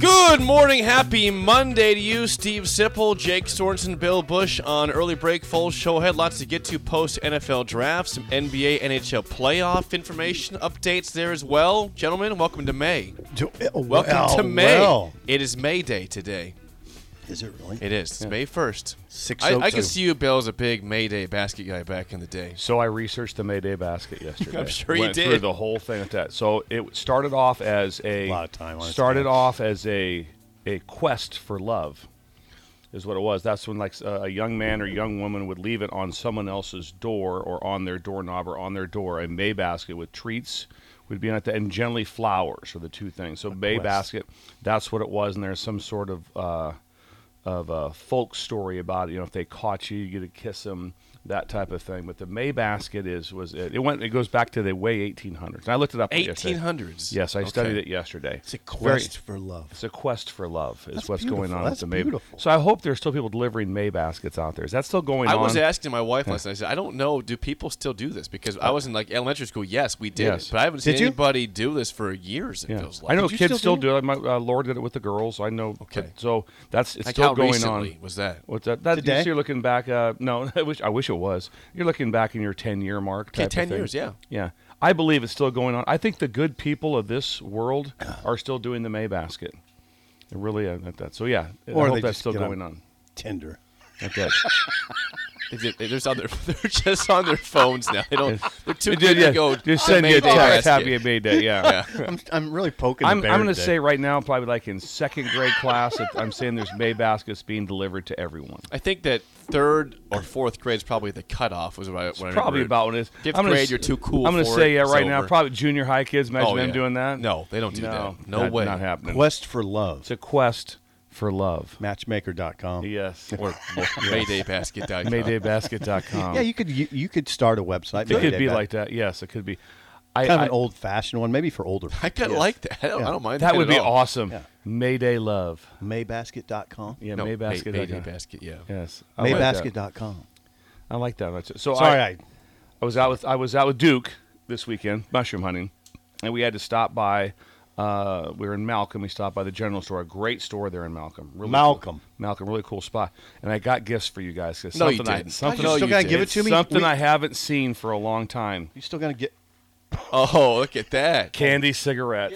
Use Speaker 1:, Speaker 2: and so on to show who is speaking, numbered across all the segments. Speaker 1: Good morning, happy Monday to you, Steve Sipple, Jake Sorensen, Bill Bush on early break. Full show ahead, lots to get to post NFL draft, some NBA, NHL playoff information updates there as well. Gentlemen, welcome to May.
Speaker 2: uh,
Speaker 1: Welcome to May. It is May Day today.
Speaker 2: Is it really?
Speaker 1: It is. It's May first.
Speaker 2: Six
Speaker 1: I,
Speaker 2: oh
Speaker 1: I can
Speaker 2: two.
Speaker 1: see you, Bill, as a big May Day basket guy back in the day.
Speaker 3: So I researched the Mayday basket yesterday.
Speaker 1: I'm sure you
Speaker 3: Went
Speaker 1: did.
Speaker 3: Through the whole thing with that. So it started off as a
Speaker 2: lot of time on its
Speaker 3: started
Speaker 2: hands.
Speaker 3: off as a a quest for love, is what it was. That's when like a a young man or young woman would leave it on someone else's door or on their doorknob or on their door a May basket with treats would be in it and generally flowers are the two things. So May
Speaker 2: quest.
Speaker 3: basket, that's what it was, and there's some sort of. Uh, of a folk story about you know if they caught you, you get to kiss them, that type of thing. But the May basket is was it, it went it goes back to the way 1800s. And I looked it up. yesterday.
Speaker 1: 1800s.
Speaker 3: Yes, I studied
Speaker 1: Okay.
Speaker 3: it yesterday.
Speaker 2: It's a
Speaker 3: Very-
Speaker 2: quest for love.
Speaker 3: it's a quest for love is
Speaker 2: That's
Speaker 3: what's going
Speaker 2: beautiful.
Speaker 3: on
Speaker 2: That's
Speaker 3: with the May.
Speaker 2: beautiful.
Speaker 3: So I hope there's still people delivering May baskets out there. Is that still going
Speaker 1: I
Speaker 3: on?
Speaker 1: was asking my wife last night. I said, I don't know. Do people still do this? Because I was in like elementary school. Yes, we did,
Speaker 3: Uh, Yes.
Speaker 1: it, but I haven't seen
Speaker 2: Did you?
Speaker 1: anybody do this for years. It
Speaker 3: Yeah.
Speaker 1: feels like
Speaker 3: I know
Speaker 1: Did you
Speaker 3: kids still
Speaker 1: do
Speaker 3: do it. My uh, Lord did it with the girls. I know.
Speaker 1: Okay.
Speaker 3: but- So that's it's
Speaker 1: Like
Speaker 3: still
Speaker 1: how
Speaker 3: going
Speaker 1: recently
Speaker 3: on.
Speaker 1: was that?
Speaker 3: What's that? That
Speaker 2: Today?
Speaker 3: you see, you're looking back. Uh, no, I wish I wish it was. You're looking back in your 10 year mark.
Speaker 1: Okay,
Speaker 3: type of
Speaker 1: 10
Speaker 3: thing.
Speaker 1: years, yeah.
Speaker 3: Yeah, I believe it's still going on. I think the good people of this world are still doing the May basket. They really uh, at that. So yeah, I hope that's still
Speaker 2: get
Speaker 3: going on.
Speaker 2: Tinder.
Speaker 3: At that.
Speaker 1: They did- They're just on their. They're just on their phones now. They don't. They're too
Speaker 3: Did
Speaker 1: good
Speaker 3: ya-
Speaker 1: to go.
Speaker 3: just send
Speaker 1: May
Speaker 3: you a
Speaker 1: Day
Speaker 3: text.
Speaker 1: basket.
Speaker 3: Happy May Day. Yeah.
Speaker 2: I'm, I'm really poking.
Speaker 3: I'm,
Speaker 2: the bear
Speaker 3: I'm going to
Speaker 2: today.
Speaker 3: say right now, probably like in second grade class, if I'm saying there's May baskets being delivered to everyone.
Speaker 1: I think that third or fourth grade is probably the cutoff. Was what I, what I
Speaker 3: Probably
Speaker 1: remembered.
Speaker 3: about when it's
Speaker 1: Fifth
Speaker 3: I'm gonna
Speaker 1: grade,
Speaker 3: s-
Speaker 1: you're too cool
Speaker 3: I'm gonna
Speaker 1: for
Speaker 3: say
Speaker 1: it,
Speaker 3: yeah,
Speaker 1: it's
Speaker 3: right now,
Speaker 1: over.
Speaker 3: probably junior high kids. Imagine
Speaker 1: Oh,
Speaker 3: them
Speaker 1: yeah.
Speaker 3: doing that.
Speaker 1: No, they don't do
Speaker 3: no,
Speaker 1: that. No
Speaker 3: that-
Speaker 1: way.
Speaker 3: Not happening.
Speaker 2: quest for love.
Speaker 3: It's a quest for love.
Speaker 2: Matchmaker.com.
Speaker 3: Yes.
Speaker 1: Or MaydayBasket.com.
Speaker 3: Maydaybasket.com.
Speaker 2: Yeah, you could you, you could start a website.
Speaker 3: Um, it could be like that. Yes, it could be. I,
Speaker 2: kind of
Speaker 3: I-
Speaker 2: an old fashioned one, maybe for older.
Speaker 1: I
Speaker 2: people.
Speaker 1: kind of like that. I don't, I don't mind
Speaker 3: that would
Speaker 1: at
Speaker 3: be
Speaker 1: all.
Speaker 3: awesome.
Speaker 2: Yeah.
Speaker 3: Mayday love.
Speaker 2: Maybasket.com.
Speaker 3: Yeah,
Speaker 1: No, May-
Speaker 3: Maybasket.
Speaker 1: Mayday Basket. Yeah.
Speaker 3: Yes. I like that.
Speaker 2: Maybasket.com.
Speaker 3: I like that. much. So
Speaker 2: Sorry,
Speaker 3: I,
Speaker 2: I
Speaker 3: I was out with I was out with Duke this weekend mushroom hunting, and we had to stop by. Uh, we were in Malcolm. We stopped by the general store, a great store there in Malcolm. Really cool-
Speaker 2: Malcolm.
Speaker 3: Malcolm, really cool spot. And I got gifts for you guys. 'cause
Speaker 1: No, you
Speaker 3: something I,
Speaker 1: didn't.
Speaker 3: Something,
Speaker 1: No, you Still gotta didn't.
Speaker 2: give it to me?
Speaker 3: Something
Speaker 2: We-
Speaker 3: I haven't seen for a long time.
Speaker 2: you still gonna get.
Speaker 1: Oh, look at that.
Speaker 3: Candy cigarettes.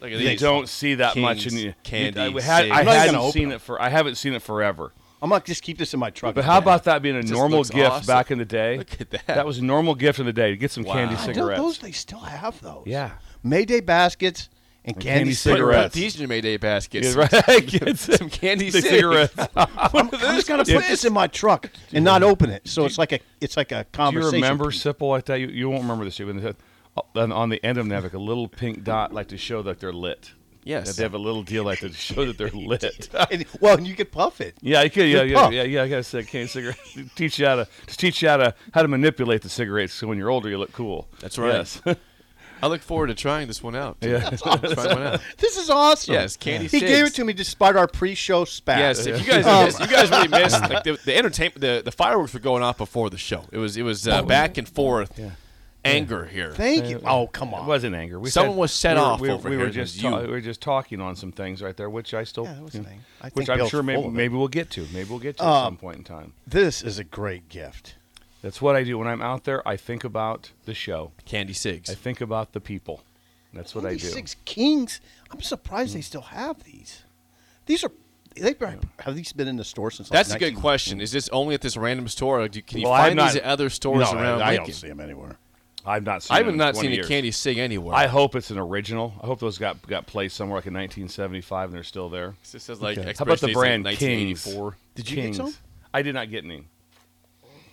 Speaker 1: Look at
Speaker 3: You
Speaker 1: these.
Speaker 3: don't see that much in
Speaker 1: Kings,
Speaker 3: you.
Speaker 1: candy,
Speaker 3: I, had,
Speaker 1: cigs.
Speaker 3: I
Speaker 1: I'm not
Speaker 2: even
Speaker 3: hadn't
Speaker 2: gonna open
Speaker 3: seen
Speaker 2: them.
Speaker 3: it for. I haven't seen it forever.
Speaker 2: I'm gonna just keep this in my truck.
Speaker 3: But how about that being a
Speaker 1: just
Speaker 3: normal
Speaker 1: looks
Speaker 3: gift
Speaker 1: awesome.
Speaker 3: back in the day?
Speaker 1: Look at that.
Speaker 3: That was a normal gift of the day to get some candy
Speaker 1: Wow.
Speaker 2: I don't-
Speaker 3: cigarettes.
Speaker 2: Those they still have those.
Speaker 3: Yeah.
Speaker 2: Mayday baskets and, candy,
Speaker 3: candy
Speaker 2: cigarettes.
Speaker 1: Put, put
Speaker 3: cigarettes.
Speaker 1: these in your Mayday baskets.
Speaker 3: Yeah, right. Get
Speaker 1: Some candy
Speaker 3: the
Speaker 1: cigs.
Speaker 3: cigarettes.
Speaker 1: What are
Speaker 2: I'm
Speaker 1: those?
Speaker 2: just gonna put this in my truck and not open it. So it's like a it's like a
Speaker 3: Do you
Speaker 2: conversation.
Speaker 3: remember
Speaker 2: piece.
Speaker 3: Sipple like that? You, you won't remember this. Even the- on, oh, on the end of them, they have like a little pink dot, like to show that they're lit.
Speaker 1: Yes.
Speaker 3: That they have a little deal like to show that they're lit.
Speaker 2: And, well, and you could puff it.
Speaker 3: yeah, you could. Yeah,
Speaker 2: Good
Speaker 3: yeah,
Speaker 2: puff.
Speaker 3: yeah, yeah. I guess uh, can't cigarette teach you how to just teach you how to how to manipulate the cigarettes. So when you're older, you look cool.
Speaker 1: That's right.
Speaker 3: Yes.
Speaker 1: I look forward to trying this one out.
Speaker 3: Yeah.
Speaker 1: That's awesome. Try one out.
Speaker 2: This is awesome.
Speaker 1: Yes, candy
Speaker 2: He gave
Speaker 1: cigs.
Speaker 2: it to me despite our pre-show spat.
Speaker 1: Yes, if you guys
Speaker 2: Um,
Speaker 1: missed, you guys really missed like the, the entertainment. The, the fireworks were going off before the show. It was it was
Speaker 3: Oh,
Speaker 1: uh, back and forth anger here.
Speaker 2: Thank you. Oh, come on.
Speaker 3: It wasn't anger. We
Speaker 1: Someone
Speaker 3: said-
Speaker 1: was set
Speaker 3: we were-
Speaker 1: off
Speaker 3: We, were-
Speaker 1: over
Speaker 3: we
Speaker 1: here.
Speaker 3: were
Speaker 1: It was
Speaker 3: just ta-
Speaker 1: you.
Speaker 3: we were just talking on some things right there, which I still,
Speaker 2: Yeah, that was
Speaker 3: you know,
Speaker 2: an anger. I
Speaker 3: which
Speaker 2: think
Speaker 3: I'm
Speaker 2: Bill's
Speaker 3: sure maybe,
Speaker 2: full of it. Uh,
Speaker 3: maybe we'll get to. Maybe we'll get to at some point in time.
Speaker 2: This is a great gift.
Speaker 3: That's what I do when I'm out there. I think about the show.
Speaker 1: Candy
Speaker 3: I
Speaker 1: cigs.
Speaker 3: think about the people. That's what I do.
Speaker 2: These six kings. I'm surprised they still have these. These are they probably- have these been in the store since. like,
Speaker 1: That's a good
Speaker 2: 19
Speaker 1: question. Is this only at this random store? Or do, can you
Speaker 3: Well,
Speaker 1: find
Speaker 3: I'm not-
Speaker 1: these at other stores
Speaker 2: No,
Speaker 1: around
Speaker 2: I, I
Speaker 1: Lincoln?
Speaker 2: don't see them anywhere.
Speaker 3: I've not seen.
Speaker 1: I
Speaker 3: them
Speaker 1: have
Speaker 3: in
Speaker 1: not
Speaker 3: 20
Speaker 1: seen a
Speaker 3: years.
Speaker 1: candy cig anywhere.
Speaker 3: I hope it's an original. I hope those got got placed somewhere like in 1975 and they're still there.
Speaker 1: This is like
Speaker 2: Okay.
Speaker 3: How about
Speaker 1: expiration
Speaker 3: the
Speaker 1: date's
Speaker 3: brand
Speaker 1: like
Speaker 3: Kings?
Speaker 1: 1984.
Speaker 2: Did you get
Speaker 3: Kings.
Speaker 2: some?
Speaker 3: I did not get any.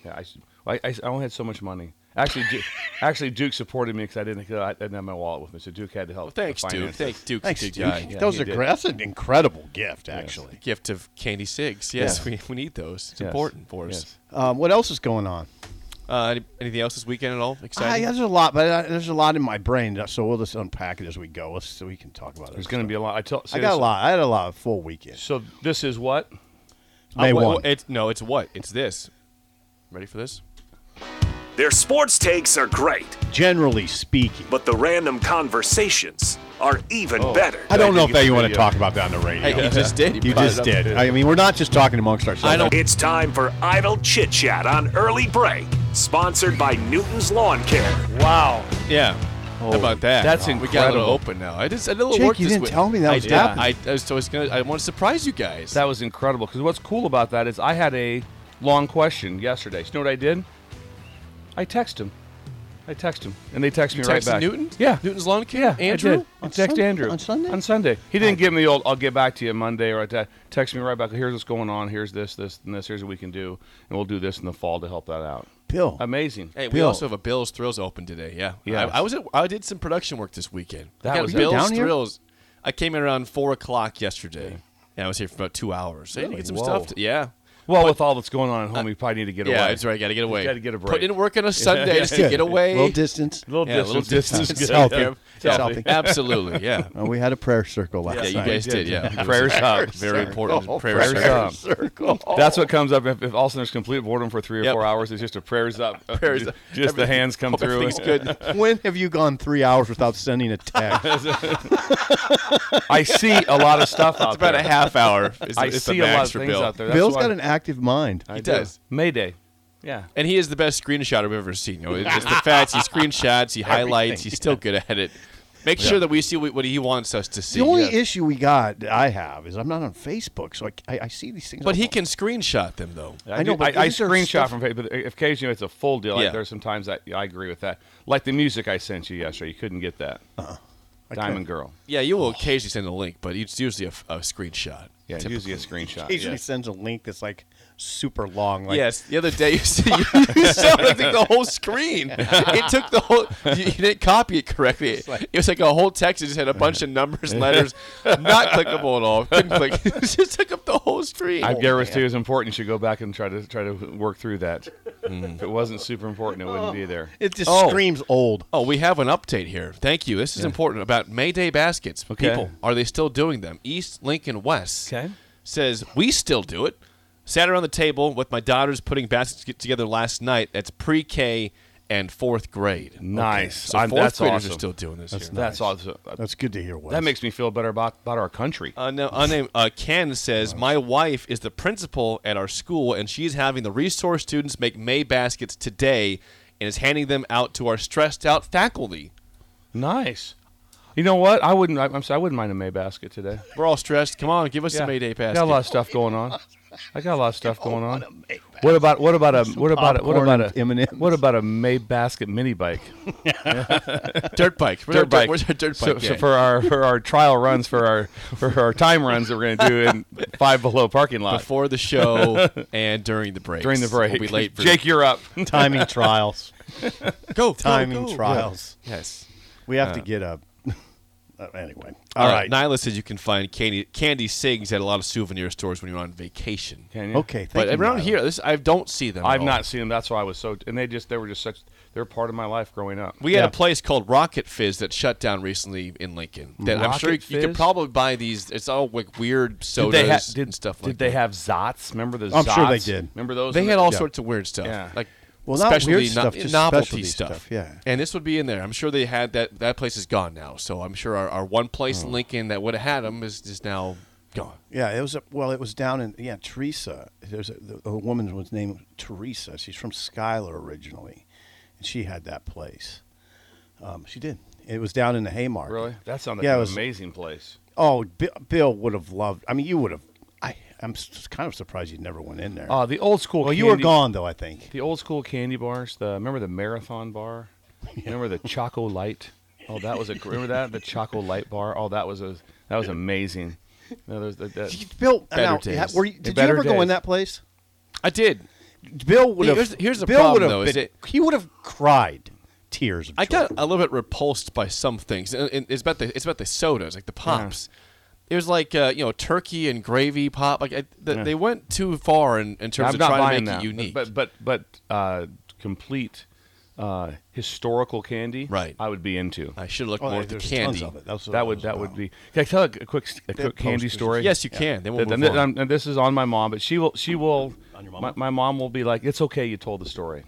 Speaker 3: Yeah, I, s- I- I s- I only had so much money. Actually, Duke, actually Duke supported me because I didn't 'cause I didn't have my wallet with me, so Duke had to help.
Speaker 1: Well, thanks, Duke.
Speaker 3: finance
Speaker 1: Thanks,
Speaker 3: it.
Speaker 1: Duke.
Speaker 2: Thanks,
Speaker 1: good
Speaker 2: Duke.
Speaker 1: guy.
Speaker 3: Yeah,
Speaker 2: Those
Speaker 3: he
Speaker 2: are
Speaker 3: did.
Speaker 2: great. That's an incredible gift, actually.
Speaker 1: Gift of candy cigs. Yes,
Speaker 3: Yeah.
Speaker 1: we, we need those. It's
Speaker 3: Yes.
Speaker 1: important for us.
Speaker 3: Yes.
Speaker 2: Um, what else is going on?
Speaker 1: Uh, any- anything else this weekend at all?
Speaker 2: I,
Speaker 1: Exciting.
Speaker 2: there's a lot, but uh, there's a lot in my brain, so we'll just unpack it as we go, uh, so we can talk about it.
Speaker 3: There's going to be a lot. I tell.
Speaker 2: I
Speaker 3: say
Speaker 2: got a
Speaker 3: this-
Speaker 2: lot. I had a lot of full weekend.
Speaker 3: So this is what?
Speaker 2: May
Speaker 1: Wha-
Speaker 2: one.
Speaker 1: It's, no, it's Uh, what? It's this. Ready for this?
Speaker 4: Their sports takes are great,
Speaker 2: Generally speaking,
Speaker 4: but the random conversations are even better.
Speaker 2: I don't know if
Speaker 3: it's
Speaker 2: you want to
Speaker 3: video.
Speaker 2: talk about that on the radio.
Speaker 1: Hey, uh, you just did.
Speaker 2: you
Speaker 1: brought it
Speaker 2: just
Speaker 1: up.
Speaker 2: did. I mean, we're not just talking amongst ourselves.
Speaker 1: I don't-
Speaker 4: It's time for Idle Chit Chat on Early Break, sponsored by Newton's Lawn Care.
Speaker 3: Wow.
Speaker 1: Yeah. How about that?
Speaker 3: that's
Speaker 1: We got a little
Speaker 3: incredible.
Speaker 1: open now. I just I did a little
Speaker 2: Jake,
Speaker 1: work
Speaker 2: you
Speaker 1: this
Speaker 2: didn't
Speaker 1: week.
Speaker 2: tell me that
Speaker 1: I
Speaker 2: was
Speaker 1: did.
Speaker 2: happening.
Speaker 1: I, I was, so I was gonna. I want to surprise you guys.
Speaker 3: That was incredible. Because what's cool about that is I had a long question yesterday. So you know what I did? I texted him. I texted him, and they text me right
Speaker 1: Texted
Speaker 3: back.
Speaker 1: Newton.
Speaker 3: Yeah.
Speaker 1: Newton's lawn care.
Speaker 3: Yeah, I,
Speaker 1: Andrew. Oh.
Speaker 3: did. I
Speaker 2: On
Speaker 3: text
Speaker 2: Sun-
Speaker 3: Andrew
Speaker 2: on Sunday?
Speaker 3: On Sunday, he didn't give me the old. I'll get back to you Monday or that. Text me right back. Here's what's going on. Here's this, this, and this. Here's what we can do, and we'll do this in the fall to help that out.
Speaker 2: Bill.
Speaker 3: Amazing.
Speaker 1: Hey, we
Speaker 2: Bill.
Speaker 1: also have a Bill's Thrills open today. Yeah,
Speaker 3: Yeah.
Speaker 1: I, I was at, I did some production work this weekend. I
Speaker 3: That
Speaker 1: got
Speaker 3: was
Speaker 1: Bill's
Speaker 2: down here?
Speaker 1: Thrills. I came in around four o'clock yesterday, and I was here for about two hours. I had to
Speaker 3: Really?
Speaker 1: get some
Speaker 3: Whoa.
Speaker 1: stuff. To, yeah,
Speaker 3: Well, with all that's going on at home, we probably need to get
Speaker 1: yeah,
Speaker 3: away.
Speaker 1: that's right. Got to get away.
Speaker 3: gotta get a break.
Speaker 1: Put in work on a Sunday just to
Speaker 2: Good.
Speaker 1: get away.
Speaker 2: Little distance.
Speaker 3: A little
Speaker 1: yeah,
Speaker 3: distance.
Speaker 1: a little distance.
Speaker 3: is
Speaker 2: It's
Speaker 3: good.
Speaker 2: healthy.
Speaker 3: Yeah.
Speaker 2: It's healthy.
Speaker 1: Absolutely. Yeah.
Speaker 2: Oh, we had a prayer circle last
Speaker 1: Yeah, you
Speaker 2: night.
Speaker 1: guys did. Yeah,
Speaker 3: Prayers up. Oh,
Speaker 1: Very important. Prayer
Speaker 3: Prayers
Speaker 1: circle.
Speaker 3: up.
Speaker 2: circle.
Speaker 3: That's what comes up if, if all of a sudden there's complete boredom for three or
Speaker 1: Yep.
Speaker 3: four hours. It's just a prayers up. Uh,
Speaker 1: Prayers
Speaker 3: just
Speaker 1: up.
Speaker 3: the hands come through.
Speaker 1: Everything's good.
Speaker 2: when have you gone three hours without sending a text?
Speaker 3: I see a lot of stuff out
Speaker 1: About
Speaker 3: there.
Speaker 1: a half hour. Is,
Speaker 3: I
Speaker 1: is the
Speaker 3: see a lot
Speaker 1: max
Speaker 3: of
Speaker 1: for
Speaker 3: things
Speaker 1: Bill.
Speaker 3: out there. That's
Speaker 2: Bill's
Speaker 3: why-
Speaker 2: got an active mind.
Speaker 3: I
Speaker 1: He
Speaker 3: do.
Speaker 1: does.
Speaker 3: Mayday. Yeah.
Speaker 1: And he is the best screenshot I've ever seen. You know, it's just the facts. He screenshots. He highlights. He's still good at it. Make sure that we see what what he wants us to see.
Speaker 2: The only
Speaker 1: yeah.
Speaker 2: issue we got, that I have, is I'm not on Facebook, so I, I, I see these things.
Speaker 1: But
Speaker 2: all-
Speaker 1: he can screenshot them though.
Speaker 3: I,
Speaker 2: I know,
Speaker 3: do-
Speaker 2: but
Speaker 3: I, I
Speaker 2: isn't there
Speaker 3: screenshot
Speaker 2: stuff-
Speaker 3: from Facebook. But if occasionally it's a full deal.
Speaker 1: Yeah.
Speaker 3: Like there's sometimes I, I agree with that. Like the music I sent you yesterday, you couldn't get that.
Speaker 2: Uh-uh.
Speaker 3: Diamond Girl.
Speaker 1: Yeah, you will occasionally send a link, but it's usually a, f- a screenshot.
Speaker 3: Yeah,
Speaker 1: typically.
Speaker 3: usually a screenshot.
Speaker 2: occasionally
Speaker 3: yeah.
Speaker 2: sends a link that's like super long. Like,
Speaker 1: yes, the other day you, s- you, you sent I think, the whole screen. It took the whole. You, you didn't copy it correctly. It, was like a whole text. It just had a bunch of numbers, letters, not clickable at all. Couldn't click. It just took up the whole screen.
Speaker 3: I guarantee it was important. You should go back and try to try to work through that. If it wasn't super important, it wouldn't be there.
Speaker 2: It just
Speaker 1: Oh.
Speaker 2: screams old.
Speaker 1: Oh, we have an update here. Thank you. This is important about Mayday baskets.
Speaker 3: Okay.
Speaker 1: People, are they still doing them? East Lincoln West
Speaker 3: Okay.
Speaker 1: says we still do it. Sat around the table with my daughters putting baskets get- together last night. That's pre-K and fourth grade.
Speaker 3: Nice.
Speaker 1: So
Speaker 3: I'm-
Speaker 1: fourth
Speaker 3: that's
Speaker 1: graders are
Speaker 3: awesome.
Speaker 1: still doing this. here.
Speaker 3: That's also uh,
Speaker 2: That's good to hear. Wes.
Speaker 3: that makes me feel better about, about our country.
Speaker 1: Uh, no, unnamed. Uh, Ken says, My wife is the principal at our school, and she's having the resource students make May baskets today and is handing them out to our stressed out faculty.
Speaker 3: Nice. You know what? I wouldn't. I, I'm sorry. I wouldn't mind a May basket today.
Speaker 1: We're all stressed. Come on, give us
Speaker 3: Yeah.
Speaker 1: a May Day basket.
Speaker 3: Got a lot of stuff going on. I got a lot of stuff going on. What about what about a what about a, what
Speaker 2: popcorn
Speaker 3: about
Speaker 2: and
Speaker 3: a
Speaker 2: M&Ms.
Speaker 3: what about a May basket mini bike?
Speaker 1: Dirt bike. Where's our
Speaker 3: Dirt bike.
Speaker 1: Where's our dirt
Speaker 3: So,
Speaker 1: bike?
Speaker 3: so
Speaker 1: at?
Speaker 3: for our for our trial runs for our for our time runs that we're gonna do in five below parking lot
Speaker 1: before the show and during the break.
Speaker 3: uh, during the break.
Speaker 1: We'll be late. For
Speaker 3: Jake, you're up.
Speaker 2: timing trials.
Speaker 1: go go,
Speaker 2: Timing
Speaker 1: go.
Speaker 2: trials.
Speaker 1: Yes.
Speaker 2: We have to get a. uh, anyway,
Speaker 1: All right. Nyla says you can find candy candy cigs at a lot of souvenir stores when you're on vacation.
Speaker 3: Can you?
Speaker 2: Okay, thank
Speaker 1: But
Speaker 2: you,
Speaker 1: around
Speaker 2: Nyla.
Speaker 1: here, this I don't see them. at
Speaker 3: I've
Speaker 1: all.
Speaker 3: not seen them. That's why I was so. And they just they were just such. They're part of my life growing up.
Speaker 1: We had
Speaker 2: Yeah.
Speaker 1: a place called Rocket Fizz that shut down recently in Lincoln. That I'm sure you,
Speaker 3: Rocket
Speaker 1: you could
Speaker 3: Fizz?
Speaker 1: probably buy these. It's all like weird
Speaker 3: Did
Speaker 1: sodas
Speaker 3: they ha- did,
Speaker 1: and stuff like
Speaker 3: did they
Speaker 1: that.
Speaker 3: have Zots? Remember the
Speaker 2: I'm
Speaker 3: Zots?
Speaker 2: sure they did.
Speaker 3: Remember those?
Speaker 1: They had all
Speaker 2: Yeah.
Speaker 1: sorts of weird stuff,
Speaker 3: Yeah.
Speaker 1: like
Speaker 2: Well, not weird
Speaker 1: specialty no-
Speaker 2: stuff, just
Speaker 1: novelty
Speaker 2: specialty
Speaker 1: stuff.
Speaker 2: stuff, yeah.
Speaker 1: and this would be in there. I'm sure they had that. That place is gone now. So I'm sure our, our one place
Speaker 2: Oh.
Speaker 1: in Lincoln that would have had them is, is now gone.
Speaker 2: Yeah, it was a, well. It was down in yeah Teresa. There's a, the, a woman was named Teresa. She's from Schuyler originally, and she had that place. Um, she did. It was down in the Haymarket.
Speaker 3: Really? That sounded
Speaker 2: Yeah,
Speaker 3: like
Speaker 2: it
Speaker 3: an
Speaker 2: was-
Speaker 3: amazing place.
Speaker 2: Oh, Bi- Bill would have loved. I mean, you would have. I I'm s- kind of surprised you never went in there.
Speaker 3: Oh, the old school.
Speaker 2: well, you were
Speaker 3: candy-
Speaker 2: gone though. I think.
Speaker 3: The old school candy bars. The remember the marathon bar. Remember the Choco Light. Oh, that was a remember that the Choco Light bar. Oh, that was a that was amazing. No, there's the, that,
Speaker 2: Bill,
Speaker 1: Better
Speaker 2: now,
Speaker 1: days.
Speaker 2: were you, did you
Speaker 3: Better
Speaker 2: ever go
Speaker 3: days.
Speaker 2: in that place?
Speaker 1: I did.
Speaker 2: Bill would have.
Speaker 1: Here's- here's the
Speaker 2: Bill
Speaker 1: problem,
Speaker 2: would have
Speaker 1: though, is
Speaker 2: been-
Speaker 1: it-
Speaker 2: he would have cried tears. Of
Speaker 1: I
Speaker 2: joy.
Speaker 1: got a little bit repulsed by some things. And- and It's about the it's about the sodas, like the pops. It was like uh, you know turkey and gravy pop. Like I, th- they went too far in, in terms
Speaker 3: I'm
Speaker 1: of
Speaker 3: not
Speaker 1: trying to
Speaker 3: buying
Speaker 1: make it
Speaker 3: that.
Speaker 1: unique.
Speaker 3: But but but uh, complete uh, historical candy.
Speaker 1: Right.
Speaker 3: I would be into.
Speaker 1: I should look
Speaker 2: Oh,
Speaker 1: more
Speaker 2: there-
Speaker 1: at the
Speaker 2: there's tons
Speaker 1: candy.
Speaker 2: of it. That's what it
Speaker 3: that would
Speaker 2: was
Speaker 3: that would
Speaker 2: about.
Speaker 3: be. Can I tell a, a quick a quick candy
Speaker 2: posters.
Speaker 3: story?
Speaker 1: Yes, you can. Then we'll
Speaker 3: Th-
Speaker 1: move
Speaker 3: th-
Speaker 1: on.
Speaker 3: um, and this is on my mom, but she will. She will.
Speaker 2: On your mom?
Speaker 3: My, my mom will be like, "It's okay, you told the story."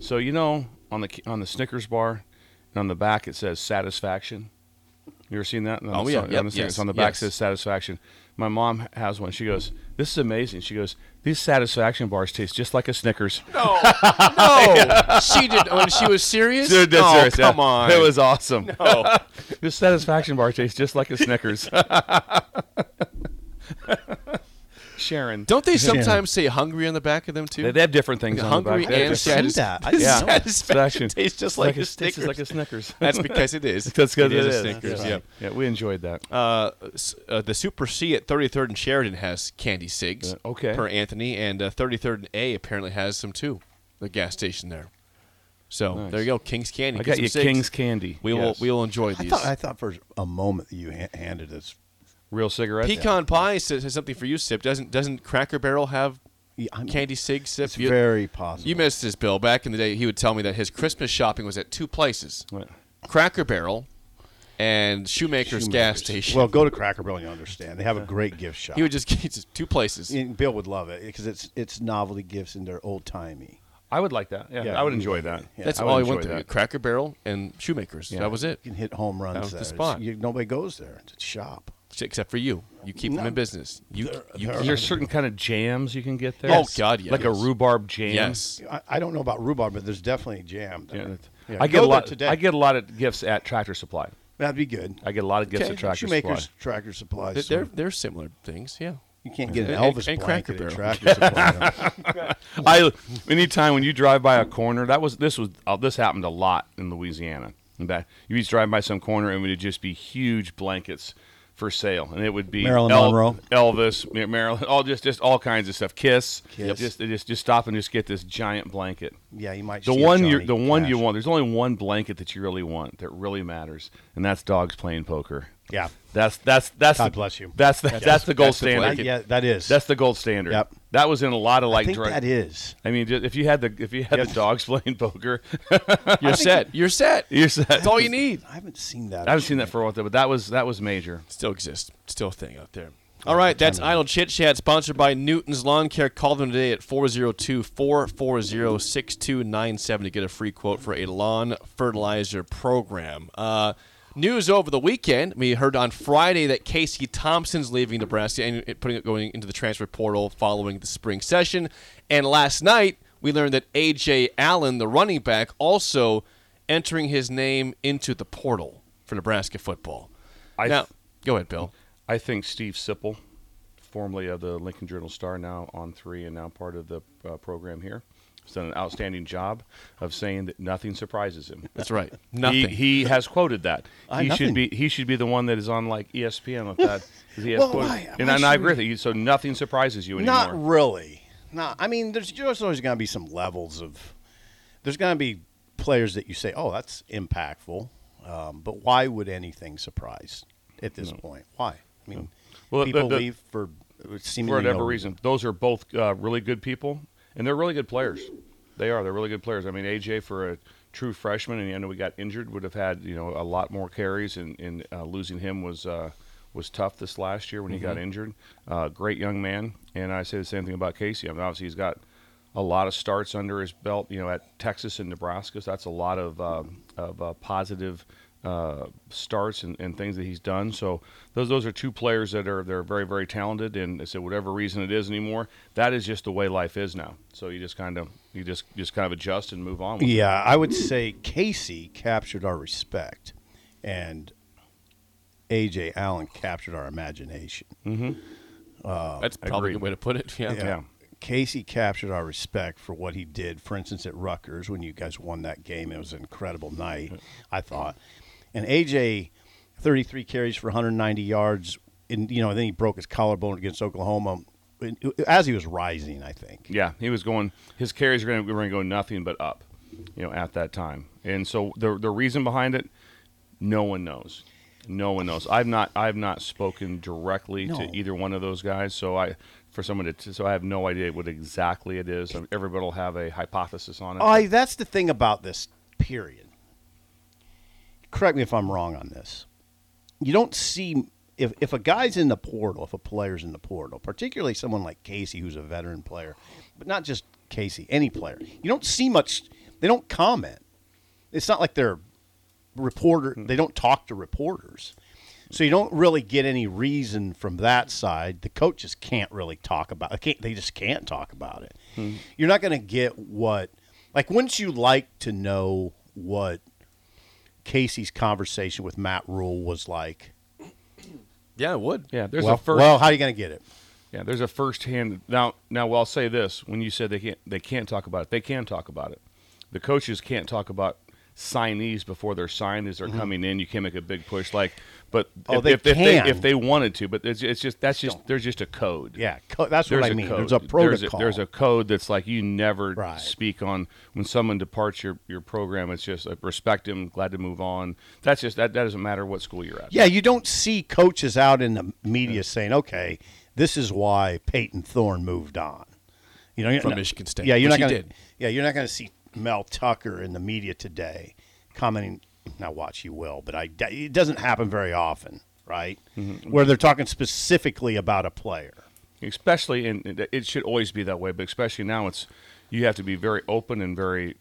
Speaker 3: So you know, on the ca- on the Snickers bar, and on the back it says satisfaction. You ever seen that? On
Speaker 1: Oh,
Speaker 3: the-
Speaker 1: yeah,
Speaker 3: on the
Speaker 1: yep,
Speaker 3: Snickers,
Speaker 1: yes,
Speaker 3: on the back
Speaker 1: yes.
Speaker 3: says satisfaction. My mom has one. She goes, "This is amazing." She goes, "These satisfaction bars taste just like a Snickers."
Speaker 1: no, Oh, she did. When she was serious,
Speaker 3: Dude, that's
Speaker 1: oh,
Speaker 3: serious, yeah.
Speaker 1: come on.
Speaker 3: It was awesome. this satisfaction bar tastes just like a Snickers. Sharon.
Speaker 1: Don't they sometimes say hungry on the back of them too?
Speaker 3: They, they have different things on
Speaker 1: hungry
Speaker 3: the back. They have
Speaker 1: and
Speaker 3: different-
Speaker 2: I
Speaker 1: satis-
Speaker 2: see that. I didn't
Speaker 3: Yeah.
Speaker 2: know that.
Speaker 1: satisfaction
Speaker 3: Satisfaction.
Speaker 1: tastes just like a
Speaker 3: It's
Speaker 1: Snickers.
Speaker 3: like a Snickers.
Speaker 1: That's because it is.
Speaker 3: That's good.
Speaker 1: is a Snickers.
Speaker 3: Yeah.
Speaker 1: Yep.
Speaker 3: yeah, we enjoyed that.
Speaker 1: uh, s- uh, the Super C at 33rd and Sheridan has candy cigs.
Speaker 3: Uh, okay.
Speaker 1: Per Anthony, and uh, 33rd and A apparently has some too. The gas station there. So
Speaker 3: Nice.
Speaker 1: there you go, King's Candy.
Speaker 3: I
Speaker 1: Get
Speaker 3: got
Speaker 1: some
Speaker 3: you
Speaker 1: cigs.
Speaker 3: King's Candy.
Speaker 1: We
Speaker 3: Yes.
Speaker 1: will we will enjoy
Speaker 2: I
Speaker 1: these.
Speaker 2: thought, I thought for a moment that you ha- handed us.
Speaker 3: real cigarette.
Speaker 1: Pecan pie says, has something for you, Sip. Doesn't doesn't Cracker Barrel have
Speaker 2: Yeah, I'm-
Speaker 1: candy cigs? Sip,
Speaker 2: It's
Speaker 1: you,
Speaker 2: very possible.
Speaker 1: you missed this, Bill. Back in the day, he would tell me that his Christmas shopping was at two places:
Speaker 3: Right.
Speaker 1: Cracker Barrel and Shoemaker's, gas station.
Speaker 2: Well, go to Cracker Barrel and you understand. They have
Speaker 3: Uh,
Speaker 2: a great gift shop.
Speaker 1: he would just get just two places.
Speaker 2: And Bill would love it because it's it's novelty gifts and they're old timey.
Speaker 3: I would like that. Yeah,
Speaker 2: Yeah,
Speaker 3: I would
Speaker 2: you-
Speaker 3: enjoy that.
Speaker 1: That's
Speaker 3: I would
Speaker 1: all I
Speaker 3: enjoy
Speaker 1: went through.
Speaker 3: that.
Speaker 1: Cracker Barrel and Shoemakers.
Speaker 3: Yeah.
Speaker 1: That was it.
Speaker 2: You can hit home runs
Speaker 1: That was the
Speaker 2: there. It's-
Speaker 1: spot.
Speaker 2: you- nobody goes there. It's a shop.
Speaker 1: Except for you. You keep them
Speaker 2: No.
Speaker 1: in business. You, you
Speaker 2: they're-
Speaker 3: Is there certain kind of jams you can get there?
Speaker 1: Oh, God, yes.
Speaker 3: Like a rhubarb jam.
Speaker 1: yes.
Speaker 2: I, I don't know about rhubarb, but there's definitely jam.
Speaker 3: Yeah,
Speaker 2: there.
Speaker 3: that's-
Speaker 2: Yeah,
Speaker 3: I
Speaker 2: go
Speaker 3: get a
Speaker 2: there
Speaker 3: lot.
Speaker 2: today.
Speaker 3: I get a lot of gifts at Tractor Supply.
Speaker 2: That'd be good.
Speaker 3: I get a lot of gifts
Speaker 1: Okay.
Speaker 3: at Tractor
Speaker 2: Shoemakers
Speaker 3: Supply.
Speaker 2: Tractor Supply.
Speaker 1: They're,
Speaker 2: store.
Speaker 1: they're, they're similar things. Yeah.
Speaker 2: you can't get an
Speaker 1: and-
Speaker 2: Elvis
Speaker 1: and Cracker
Speaker 2: blanket at
Speaker 1: Barrel.
Speaker 2: Tractor Supply.
Speaker 3: I anytime when you drive by a corner, that was this was uh, this happened a lot in Louisiana. In fact, you used to drive by some corner and it would just be huge blankets for sale, and it would be
Speaker 2: Marilyn Monroe.
Speaker 3: Elvis, Mar- Marilyn, all just just all kinds of stuff. Kiss,
Speaker 2: Kiss.
Speaker 3: just just just stop and just get this giant blanket.
Speaker 2: yeah, you might.
Speaker 3: The
Speaker 2: see a
Speaker 3: one you
Speaker 2: Johnny
Speaker 3: the one you
Speaker 2: Cash.
Speaker 3: want. There's only one blanket that you really want that really matters, and that's dogs playing poker.
Speaker 2: Yeah.
Speaker 3: That's that's that's
Speaker 2: God
Speaker 3: the,
Speaker 2: bless you.
Speaker 3: That's the, that's, the gold
Speaker 1: that's the
Speaker 3: standard.
Speaker 2: I,
Speaker 1: blanket.
Speaker 2: yeah, that is.
Speaker 3: That's the gold standard.
Speaker 2: Yep.
Speaker 3: That was in a lot of
Speaker 2: I
Speaker 3: like.
Speaker 2: think
Speaker 3: drug-
Speaker 2: that is.
Speaker 3: I mean, ju- if you had the if you had the
Speaker 2: Yes.
Speaker 3: dogs playing poker,
Speaker 1: You're set. You're set.
Speaker 3: you're set.
Speaker 1: That's all you need.
Speaker 2: I haven't seen that.
Speaker 3: I haven't seen that for a while, though, but that was that was major.
Speaker 1: Still exists. Still a thing out there. All right. That's Idle Chit Chat, sponsored by Newton's Lawn Care. Call them today at 402 440 6297 to get a free quote for a lawn fertilizer program. Uh, News over the weekend. We heard on Friday that Casey Thompson's leaving Nebraska and it- putting going into the transfer portal following the spring session. And last night we learned that AJ Allen, the running back, also entering his name into the portal for Nebraska football.
Speaker 3: I
Speaker 1: now,
Speaker 3: th-
Speaker 1: go ahead, Bill.
Speaker 3: I think Steve Sipple, formerly of the Lincoln Journal Star, now on three and now part of the uh, program here, has done an outstanding job of saying that nothing surprises him.
Speaker 1: That's right. Nothing.
Speaker 3: He, he has quoted that.
Speaker 2: Uh,
Speaker 3: he should
Speaker 2: nothing.
Speaker 3: be he should be the one that is on like E ESPN with that. 'cause he has
Speaker 2: Well,
Speaker 3: quoted-
Speaker 2: why-
Speaker 3: and,
Speaker 2: why
Speaker 3: and I
Speaker 2: should
Speaker 3: agree with you. So nothing surprises you anymore.
Speaker 2: Not really. Not. I mean, there's just always going to be some levels of. There's going to be players that you say, "Oh, that's impactful," um, but why would anything surprise at this point? Why? I mean,
Speaker 3: Well, the-
Speaker 2: people
Speaker 3: the-
Speaker 2: leave for
Speaker 3: for
Speaker 2: seemingly
Speaker 3: whatever
Speaker 2: no
Speaker 3: reason. Those are both uh, really good people, and they're really good players. They are. They're really good players. I mean, AJ for a true freshman, and I know we got injured, would have had you know a lot more carries, and, and uh, losing him was uh, was tough this last year when he got
Speaker 2: Mm-hmm.
Speaker 3: injured. Uh, great young man, and I say the same thing about Casey. I mean, obviously he's got a lot of starts under his belt. You know, at Texas and Nebraska, so that's a lot of uh, of uh, positive uh, starts and, and things that he's done. So those those are two players that are they're very very talented. And so whatever reason it is anymore, that is just the way life is now. So you just kind of you just just kind of adjust and move on. With it.
Speaker 2: Yeah, I would say Casey captured our respect, and AJ Allen captured our imagination.
Speaker 1: That's probably a good way to put it. Yeah.
Speaker 3: Yeah.
Speaker 2: Casey captured our respect for what he did, for instance, at Rutgers when you guys won that game. It was an incredible night, I thought. And AJ, 33 carries for 190 yards. And, you know, then he broke his collarbone against Oklahoma. as he was rising, I think.
Speaker 3: Yeah, he was going. His carries were going to, were going to go nothing but up, you know, at that time. And so the the reason behind it, no one knows. No one knows. I've not I've not spoken directly
Speaker 2: No.
Speaker 3: to either one of those guys. So I for someone to so I have no idea what exactly it is. Everybody will have a hypothesis on it.
Speaker 2: I that's the thing about this period. Correct me if I'm wrong on this. You don't see if if a guy's in the portal, if a player's in the portal, particularly someone like Casey who's a veteran player, but not just Casey, any player. You don't see much they don't comment. It's not like they're reporter they don't talk to reporters. So you don't really get any reason from that side. The coaches can't really talk about it. Can't, they just can't talk about it.
Speaker 3: Hmm.
Speaker 2: You're not going to get what like wouldn't you like to know what Casey's conversation with Matt Rule was like?
Speaker 1: Yeah, it would.
Speaker 3: yeah, there's
Speaker 2: well,
Speaker 3: a first.
Speaker 2: well, how are you going to get it?
Speaker 3: yeah, there's a first hand. Now, now, well, I'll say this: when you said they can't, they can't talk about it. They can talk about it. The coaches can't talk about signees before they're signed as they're coming in. You can't make a big push like, but
Speaker 2: Mm-hmm. Oh,
Speaker 3: if,
Speaker 2: they
Speaker 3: if, if they
Speaker 2: can.
Speaker 3: if they wanted to, but it's, it's just that's just there's just a code.
Speaker 2: Yeah, co- that's
Speaker 3: There's
Speaker 2: what I
Speaker 3: a
Speaker 2: mean.
Speaker 3: Code.
Speaker 2: There's a protocol.
Speaker 3: There's a, code that's like you never
Speaker 2: Right.
Speaker 3: speak on when someone departs your, your program. It's just like, respect him, glad to move on. That's just that, that doesn't matter what school you're at.
Speaker 2: Yeah, you don't see coaches out in the media saying, "Okay, this is why Peyton Thorne moved on." You know, you're
Speaker 1: From
Speaker 2: not-
Speaker 1: Michigan State,
Speaker 2: Yeah, you're
Speaker 1: which
Speaker 2: not
Speaker 1: he
Speaker 2: going.
Speaker 1: did.
Speaker 2: Yeah, you're not going to see Mel Tucker in the media today commenting. Now, watch you will, but I. It doesn't happen very often, right? Where they're talking specifically about a player.
Speaker 3: especially in it should always be that way but especially now it's you have to be very open and very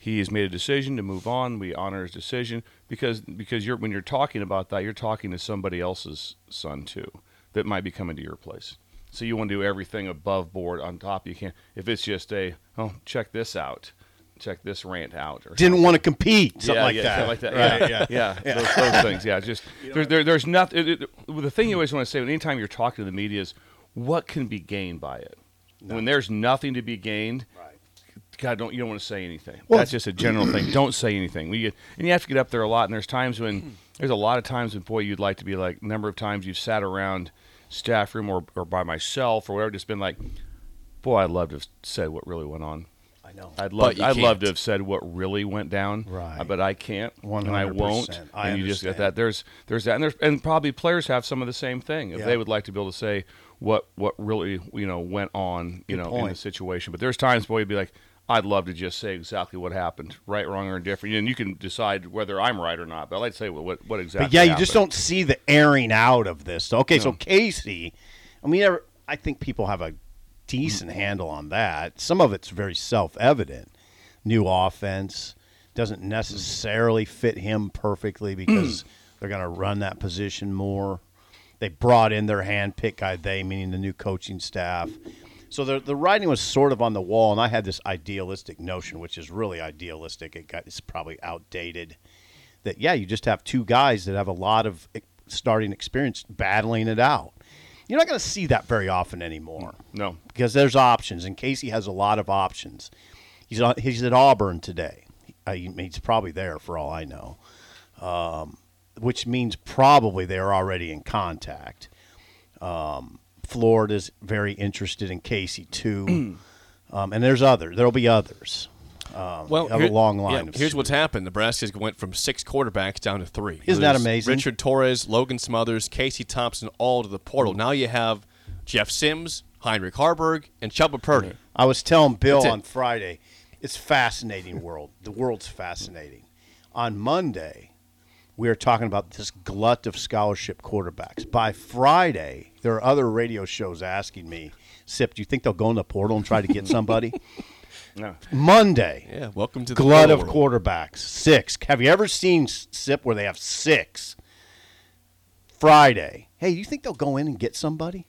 Speaker 3: he has made a decision to move on we honor his decision because because you're when you're talking about that you're talking to somebody else's son too that might be coming to your place so you want to do everything above board on top you can't if it's just a oh check this out check this rant out or
Speaker 2: Didn't want to compete, something
Speaker 3: yeah,
Speaker 2: like
Speaker 3: yeah,
Speaker 2: that.
Speaker 3: something like that.
Speaker 2: Right,
Speaker 3: yeah, yeah, Those, those things. Yeah, just there, there, there's nothing. It, it, well, the thing you always want to say, anytime you're talking to the media, is what can be gained by it? When there's nothing to be gained, God, don't you don't want to say anything.
Speaker 2: Well-
Speaker 3: That's just a general thing. Don't say anything. We get, and you have to get up there a lot. And there's times when there's a lot of times when boy, you'd like to be like number of times you've sat around staff room or, or by myself or whatever, just been like, boy, I'd love to have said what really went on.
Speaker 2: I know.
Speaker 3: I'd love,
Speaker 1: But you
Speaker 3: I'd love
Speaker 1: can't.
Speaker 3: to have said what really went down,
Speaker 2: Right.
Speaker 3: But I can't, and I
Speaker 2: 100%.
Speaker 3: won't.
Speaker 2: I
Speaker 3: and you just get
Speaker 2: understand.
Speaker 3: that. There's, there's that, and there's, and probably players have some of the same thing. If
Speaker 2: Yeah.
Speaker 3: they would like to be able to say what, what really, you know, went on, you
Speaker 2: Good
Speaker 3: know, in the
Speaker 2: point.
Speaker 3: situation. But there's times, boy, you'd be like, I'd love to just say exactly what happened, right, wrong, or indifferent, and you can decide whether I'm right or not. But I'd like to say what, what, what exactly.
Speaker 2: But yeah, you just
Speaker 3: happened.
Speaker 2: don't see the airing out of this. Okay, so Casey, I mean, I- I think people have a decent handle on that. Some of it's very self-evident. New offense doesn't necessarily fit him perfectly because they're going to run that position more. They brought in their hand-picked guy, they meaning the new coaching staff. So the the writing was sort of on the wall, and I had this idealistic notion, which is really idealistic. It got it's probably outdated that yeah, you just have two guys that have a lot of e- starting experience battling it out. You're not going to see that very often anymore
Speaker 3: No,
Speaker 2: because there's options, and Casey has a lot of options. He's on, he's at Auburn today. I, he's probably there for all I know, um, which means probably they are already in contact. Um, Florida's very interested in Casey too, um, and there's other. There'll be others.
Speaker 1: Well,
Speaker 2: have a long line of
Speaker 1: here's what's happened: Nebraska's went from six quarterbacks down to three. You
Speaker 2: Isn't that
Speaker 1: lose
Speaker 2: amazing?
Speaker 1: Richard Torres, Logan Smothers, Casey Thompson, all to the
Speaker 2: Mm.
Speaker 1: portal. Now you have Jeff Sims, Heinrich Harburg, and Chuba Purdy.
Speaker 2: I was telling Bill
Speaker 1: That's it.
Speaker 2: on Friday, it's fascinating world. The world's fascinating. On Monday, we are talking about this glut of scholarship quarterbacks. By Friday, there are other radio shows asking me, Sip, do you think they'll go in the portal and try to get somebody?
Speaker 3: no.
Speaker 2: Monday,
Speaker 1: Yeah, welcome to the
Speaker 2: glut
Speaker 1: portal
Speaker 2: of
Speaker 1: world.
Speaker 2: quarterbacks. Six. Have you ever seen S- Sip where they have six? Friday. Hey, you think they'll go in and get somebody?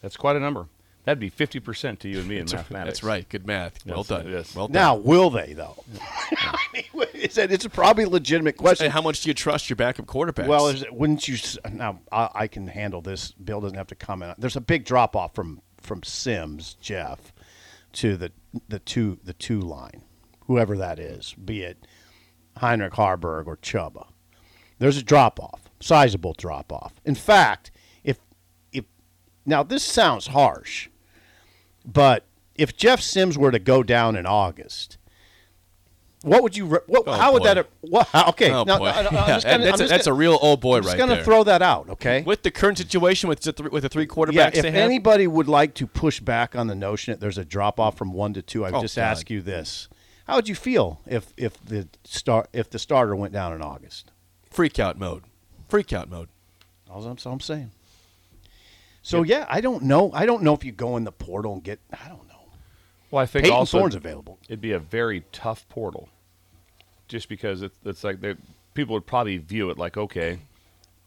Speaker 3: That's quite a number. That'd be fifty percent to you and me in mathematics.
Speaker 1: That's right. Good math. Well
Speaker 3: Yes,
Speaker 1: done.
Speaker 3: yes.
Speaker 1: Well done.
Speaker 2: Now, will they though? I mean, it's a, it's a probably legitimate
Speaker 1: Hey,
Speaker 2: question.
Speaker 1: how much do you trust your backup quarterbacks?
Speaker 2: Well, is it, wouldn't you? s- Now I, I can handle this. Bill doesn't have to comment. There's a big drop off from from Sims Jeff to the the two the two line, whoever that is, be it Heinrich Harburg or Chuba. There's a drop off, sizable drop off. In fact, if if Now, this sounds harsh, but if Jeff Sims were to go down in August, what would you? Re- what,
Speaker 1: Oh,
Speaker 2: how would
Speaker 1: boy.
Speaker 2: that? What, how- okay,
Speaker 1: Oh
Speaker 2: now,
Speaker 1: boy,
Speaker 2: I- I- I'm
Speaker 1: Yeah,
Speaker 2: just gonna-
Speaker 1: that's,
Speaker 2: I'm
Speaker 1: a,
Speaker 2: just
Speaker 1: that's
Speaker 2: gonna-
Speaker 1: a real old boy
Speaker 2: I'm just
Speaker 1: right
Speaker 2: gonna
Speaker 1: there.
Speaker 2: throw that out. Okay.
Speaker 1: With the current situation with the, th- with the three quarterbacks
Speaker 2: yeah, if
Speaker 1: they have,
Speaker 2: anybody would like to push back on the notion that there's a drop off from one to two, I would
Speaker 1: Oh,
Speaker 2: just
Speaker 1: God.
Speaker 2: ask you this: How would you feel if if the star if the starter went down in August?
Speaker 1: freak out mode, freak out mode.
Speaker 2: That's all I'm, all I'm saying. So yeah, I don't know. I don't know if you go in the portal and get. I don't know.
Speaker 3: Well, I think
Speaker 2: Peyton
Speaker 3: also
Speaker 2: Thorne's available.
Speaker 3: it'd be a very tough portal, just because it's, it's like they- people would probably view it like, okay,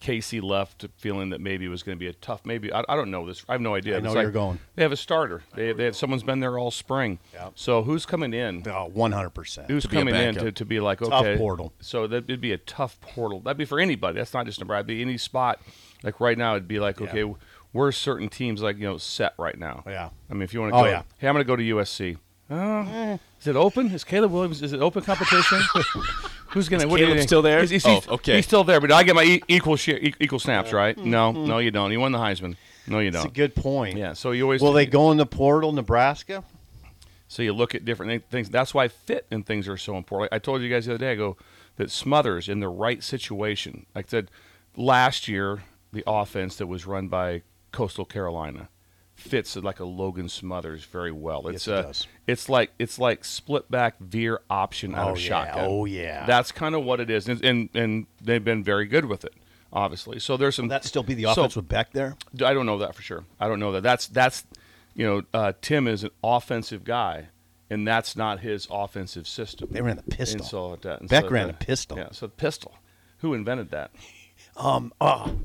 Speaker 3: Casey left, feeling that maybe it was going to be a tough. Maybe I, I don't know this. I have no idea.
Speaker 2: I
Speaker 3: It's
Speaker 2: know
Speaker 3: like
Speaker 2: you're going.
Speaker 3: They have a starter. They, they have someone's been there all spring.
Speaker 2: Yeah.
Speaker 3: So who's coming in?
Speaker 2: uh, One hundred percent.
Speaker 3: Who's
Speaker 1: To be a
Speaker 3: coming in
Speaker 1: backup.
Speaker 3: to, to be like
Speaker 2: Tough
Speaker 3: okay
Speaker 2: portal.
Speaker 3: So that would be a tough portal. That'd be for anybody. That's not just Nebraska. It'd be any spot. Like right now, it'd be like
Speaker 2: Yeah.
Speaker 3: okay, where's certain teams like you know set right now?
Speaker 2: Yeah.
Speaker 3: I mean, if you want to,
Speaker 2: Oh,
Speaker 3: go,
Speaker 2: yeah. Eh.
Speaker 3: Hey, I'm going to go to USC. Oh, is it open? Is Caleb Williams? Is it open competition? Who's gonna? what do you
Speaker 1: Caleb
Speaker 3: think?
Speaker 1: still there?
Speaker 3: Is- is
Speaker 1: Oh,
Speaker 3: he,
Speaker 1: okay.
Speaker 3: He's still there, but do I get my e- equal share, e- equal snaps, right? No, no, you don't. He won the Heisman. No, you
Speaker 2: That's
Speaker 3: don't.
Speaker 2: Mm-hmm. a good point.
Speaker 3: yeah. So you always
Speaker 2: Will they go in the portal, Nebraska?
Speaker 3: so you look at different thi- things. That's why fit and things are so important. Like I told you guys the other day, I go that Smothers in the right situation. Like I said, last year the offense that was run by Coastal Carolina fits like a Logan Smothers very well. It's
Speaker 2: Yes, it
Speaker 3: uh,
Speaker 2: does.
Speaker 3: it's like it's like split back veer option out
Speaker 2: Oh,
Speaker 3: of
Speaker 2: yeah.
Speaker 3: shotgun.
Speaker 2: Oh, yeah.
Speaker 3: That's kind of what it is, and, and and they've been very good with it. Obviously, so there's some
Speaker 2: That still be the
Speaker 3: so-
Speaker 2: offense with Beck there.
Speaker 3: I don't know that for sure. I don't know that. That's that's you know uh, Tim is an offensive guy, and that's not his offensive system.
Speaker 2: They ran the pistol.
Speaker 3: And so that, and
Speaker 2: Beck
Speaker 3: so
Speaker 2: ran
Speaker 3: that-
Speaker 2: the pistol.
Speaker 3: Yeah, so pistol. Who invented that?
Speaker 2: Oh,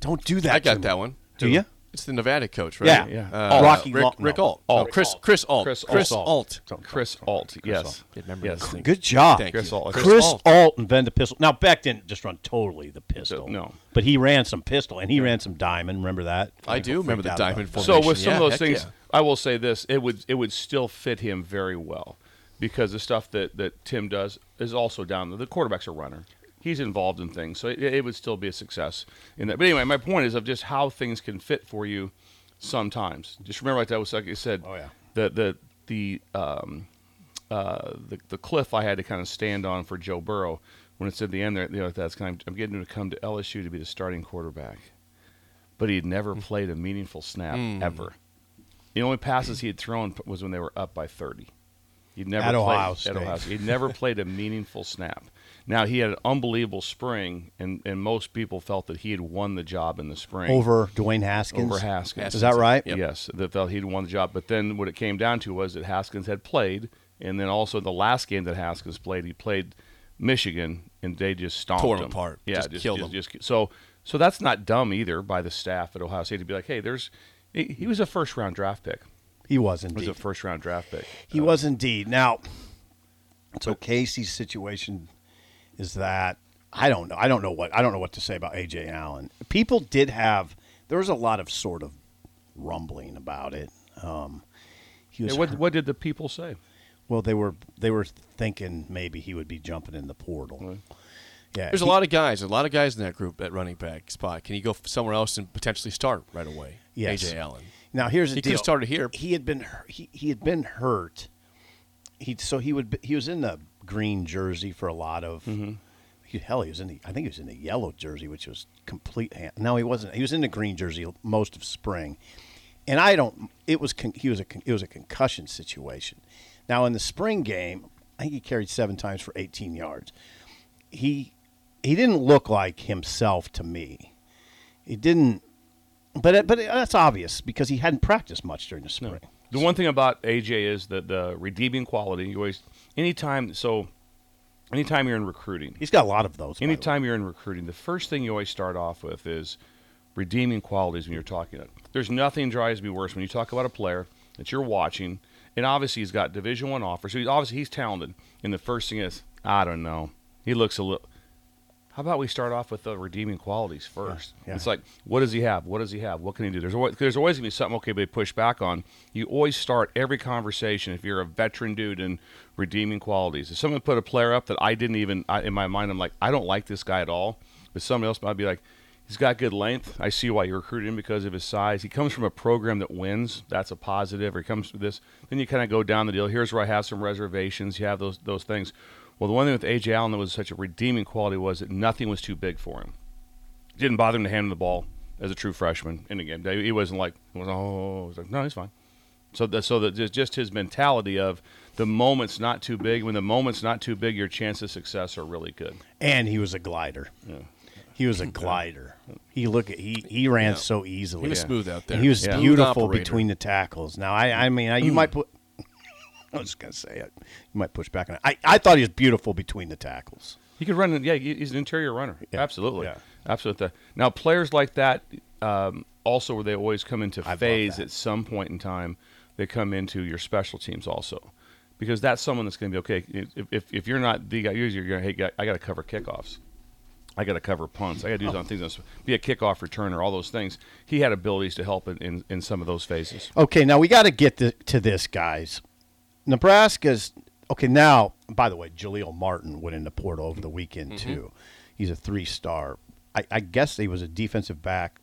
Speaker 2: don't do that.
Speaker 1: I
Speaker 2: to
Speaker 1: got
Speaker 2: me.
Speaker 1: that one.
Speaker 2: Do ya?
Speaker 1: It's the Nevada coach, right?
Speaker 2: Yeah.
Speaker 3: Yeah.
Speaker 1: Uh,
Speaker 2: Rocky
Speaker 1: Rick,
Speaker 2: Malt-
Speaker 1: Rick
Speaker 2: no.
Speaker 1: Alt.
Speaker 3: Alt.
Speaker 1: No, Chris, Chris Alt.
Speaker 3: Chris
Speaker 2: Alt.
Speaker 1: Alt.
Speaker 3: Chris Alt. yes.
Speaker 1: Yeah, remember
Speaker 3: yes.
Speaker 1: this thing.
Speaker 2: Good job.
Speaker 1: Thank
Speaker 3: Chris
Speaker 1: you.
Speaker 3: Alt.
Speaker 2: Chris
Speaker 1: Alt.
Speaker 2: Alt. invented the pistol. Now Beck didn't just run totally the pistol.
Speaker 3: No.
Speaker 2: but he ran some pistol and he ran some diamond. Remember that?
Speaker 1: I do
Speaker 2: People
Speaker 1: remember the
Speaker 2: freaked out about
Speaker 1: diamond
Speaker 2: that.
Speaker 1: formation.
Speaker 3: So with some
Speaker 1: Yeah,
Speaker 3: of those
Speaker 1: heck
Speaker 3: things,
Speaker 1: yeah.
Speaker 3: I will say this: it would it would still fit him very well because the stuff that that Tim does is also down. The quarterback's a runner; he's involved in things, so it, it would still be a success in that. But anyway, my point is of just how things can fit for you sometimes. Just remember, like that was like you said.
Speaker 2: Oh, yeah.
Speaker 3: The the the um uh the the cliff I had to kind of stand on for Joe Burrow when it's at the end there. You know, that's kind of I'm getting him to come to LSU to be the starting quarterback but he'd
Speaker 2: Hmm.
Speaker 3: never played a meaningful snap ever. The only passes he had thrown p- was when they were up by 30. He'd never
Speaker 2: At
Speaker 3: played,
Speaker 2: Ohio
Speaker 3: At
Speaker 2: State.
Speaker 3: Ohio State. He'd never played a meaningful snap. Now, he had an unbelievable spring, and, and most people felt that he had won the job in the spring.
Speaker 2: over Dwayne Haskins.
Speaker 3: Over Haskins.
Speaker 2: Is that right?
Speaker 1: Yep.
Speaker 3: Yes, that felt he'd won the job. But then what it came down to was that Haskins had played, and then also the last game that Haskins played, he played Michigan, and they just stomped
Speaker 1: Tore him apart.
Speaker 3: Yeah,
Speaker 1: Just killed him.
Speaker 3: just- so, so that's not dumb either by the staff at Ohio State to be like, hey, there's he, he was a first round draft pick.
Speaker 2: He was
Speaker 3: He was
Speaker 2: indeed.
Speaker 3: a first round draft pick.
Speaker 2: he was indeed. Now, so Casey's situation is that I don't know. I don't know what I don't know what to say about AJ Allen. People did have there was a lot of sort of rumbling about it. Um, he was
Speaker 3: Yeah, what, what did the people say?
Speaker 2: well. They were they were thinking maybe he would be jumping in the portal. Yeah,
Speaker 1: There's a
Speaker 2: he-
Speaker 1: lot of guys, a lot of guys in that group at running back spot. Can you go f- somewhere else and potentially start right away?
Speaker 2: Yes.
Speaker 1: AJ Allen.
Speaker 2: Now here's the
Speaker 1: He
Speaker 2: deal.
Speaker 1: could've started here.
Speaker 2: He had been hu- he, he had been hurt. He so he would be- he was in the green jersey for a lot of.
Speaker 1: Mm-hmm.
Speaker 2: He, hell, he was in the I think he was in the yellow jersey, which was complete. Hand, no, he wasn't. He was in the green jersey most of spring, and I don't. It was con, he was a con, it was a concussion situation. Now in the spring game, I think he carried seven times for 18 yards. He he didn't look like himself to me. He didn't. But it, but it, that's obvious because he hadn't practiced much during the spring.
Speaker 3: The one thing about AJ is that the redeeming quality. You always anytime so anytime you're in recruiting,
Speaker 2: He's got a lot of those. by the way.
Speaker 3: Anytime you're in recruiting, the first thing you always start off with is redeeming qualities when you're talking. It. There's nothing drives me worse when you talk about a player that you're watching, and obviously he's got Division One offers, so he's obviously he's talented. And the first thing is, I don't know. He looks a little. How about we start off with the redeeming qualities first?
Speaker 2: yeah.
Speaker 3: It's like, what does he have? What does he have? What can he do? There's always, there's always gonna be something okay, but they push back on. You always start every conversation if you're a veteran dude in redeeming qualities. If someone put a player up that I didn't even I, in my mind, I'm like, I don't like this guy at all. But somebody else might be like, He's got good length. I see why you recruited him because of his size. He comes from a program that wins. That's a positive. Or he comes from this. Then you kind of go down the deal. Here's where I have some reservations. You have those those things. Well, the one thing with AJ Allen that was such a redeeming quality was that nothing was too big for him. It didn't bother him to hand him the ball as a true freshman. And again, he wasn't like, he was, oh, he's like, no, he's fine. So the, so that just, just his mentality of the moment's not too big. When the moment's not too big, your chances of success are really good.
Speaker 2: and he was a glider. He was a glider. He look at, he he ran so easily.
Speaker 1: He was smooth out there.
Speaker 2: And he was
Speaker 1: Yeah.
Speaker 2: beautiful
Speaker 1: Smooth operator. Hmm.
Speaker 2: between the tackles. Now I I mean I, you might put. I was just gonna say it. You might push back on it. I, I thought he was beautiful between the tackles.
Speaker 3: He could run. in- Yeah, he- he's an interior runner.
Speaker 2: Yeah.
Speaker 3: Absolutely.
Speaker 2: Yeah.
Speaker 3: Absolutely. Now, players like that um, also, where they always come into
Speaker 2: love
Speaker 3: phase
Speaker 2: that.
Speaker 3: at some point in time, they come into your special teams also, because that's someone that's going to be okay. If, if, if you're not the guy, you're going to hey, I got to cover kickoffs. I got to cover punts. I got to do
Speaker 2: Oh.
Speaker 3: some things. on s- Be a kickoff returner. All those things. He had abilities to help in, in, in some of those phases.
Speaker 2: Okay, now we got to get th- to this, guys. Nebraska's okay now. By the way, Jaleel Martin went into portal over the weekend
Speaker 1: Mm-hmm.
Speaker 2: too. He's a three-star. I, I guess he was a defensive back,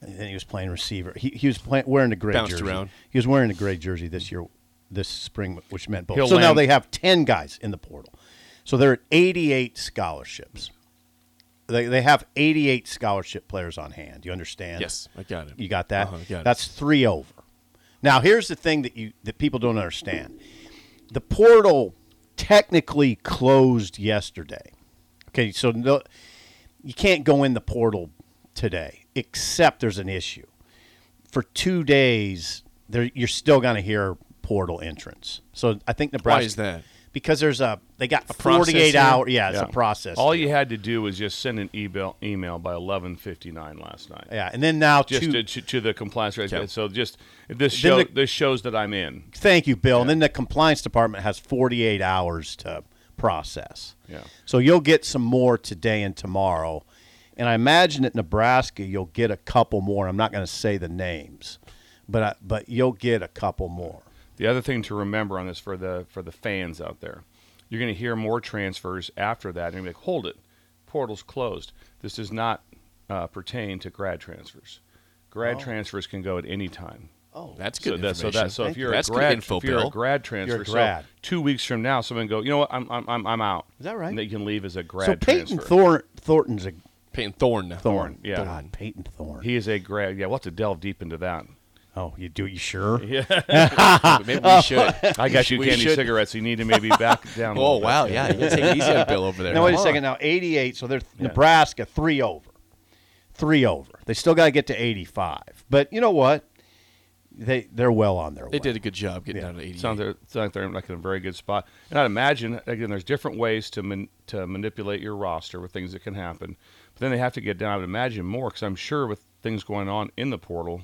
Speaker 2: and then he was playing receiver. He, he was playing wearing the gray
Speaker 1: Bounced
Speaker 2: jersey.
Speaker 1: around.
Speaker 2: He was wearing a gray jersey this year, this spring, which meant both.
Speaker 3: He'll
Speaker 2: so now
Speaker 3: land-
Speaker 2: they have ten guys in the portal. So they're at eighty-eight scholarships. They they have eighty-eight scholarship players on hand. You understand?
Speaker 1: Yes, I got it.
Speaker 2: You got that?
Speaker 1: Uh-huh, got it.
Speaker 2: That's three over. Now, here's the thing that you that people don't understand: the portal technically closed yesterday. Okay, so no, you can't go in the portal today, except there's an issue. For two days, there you're still going to hear portal entrance. So I think Nebraska.
Speaker 1: is that?
Speaker 2: Because there's a they got a
Speaker 1: process
Speaker 2: 48
Speaker 1: here?
Speaker 2: hour. Yeah, it's
Speaker 3: Yeah.
Speaker 2: a process.
Speaker 3: All you had to do was just send an email email by eleven fifty nine last night.
Speaker 2: yeah, and then now
Speaker 3: just
Speaker 2: two,
Speaker 3: to, to, to the compliance rate.
Speaker 1: Okay.
Speaker 3: So just this show
Speaker 2: the-
Speaker 3: this shows that I'm in.
Speaker 2: Thank you, Bill. And then the compliance department has 48 hours to process.
Speaker 3: Yeah.
Speaker 2: So you'll get some more today and tomorrow. And I imagine at Nebraska you'll get a couple more. I'm not going to say the names, but I, but you'll get a couple more.
Speaker 3: The other thing to remember on this for the for the fans out there, you're going to hear more transfers after that, and you're gonna be like, hold it, portal's closed. This does not uh, pertain to grad transfers.
Speaker 2: Oh.
Speaker 3: Grad transfers can go at any time.
Speaker 1: That's good.
Speaker 3: So, Oh, that, so,
Speaker 1: information.
Speaker 3: that, so if you're
Speaker 1: That's
Speaker 3: a
Speaker 1: good
Speaker 3: grad,
Speaker 1: info,
Speaker 3: if you're
Speaker 1: Bill.
Speaker 3: a grad transfer,
Speaker 2: You're a grad.
Speaker 3: So two weeks from now, someone go, you know what, I'm I'm I'm, I'm out.
Speaker 2: Is that right?
Speaker 3: And they can leave as a grad
Speaker 2: so Peyton
Speaker 3: transfer.
Speaker 2: Thor- Thornton's a
Speaker 1: Peyton Thorne.
Speaker 2: thorn.
Speaker 3: yeah.
Speaker 2: God, Peyton Thorn.
Speaker 3: he is a grad. Yeah, we'll have to delve deep into that.
Speaker 2: oh, you do? You sure?
Speaker 1: But maybe we should. Oh,
Speaker 3: I got you
Speaker 1: We
Speaker 3: candy
Speaker 1: should-
Speaker 3: cigarettes. You need to maybe back down. a
Speaker 1: Oh
Speaker 3: little bit.
Speaker 1: wow, yeah, you gotta take it easy on Bill over there.
Speaker 2: Now wait a
Speaker 1: Come
Speaker 2: second.
Speaker 1: on.
Speaker 2: Now eighty-eight. So they're
Speaker 3: Yeah.
Speaker 2: Nebraska three over, three over. They still got to get to eighty-five. But you know what? They they're well on their way.
Speaker 1: They did a good job getting down to 80.
Speaker 3: Sounds like, sounds like they're like in a very good spot. And I'd imagine again, there's different ways to man, to manipulate your roster with things that can happen. But then they have to get down. I would imagine more because I'm sure with things going on in the portal,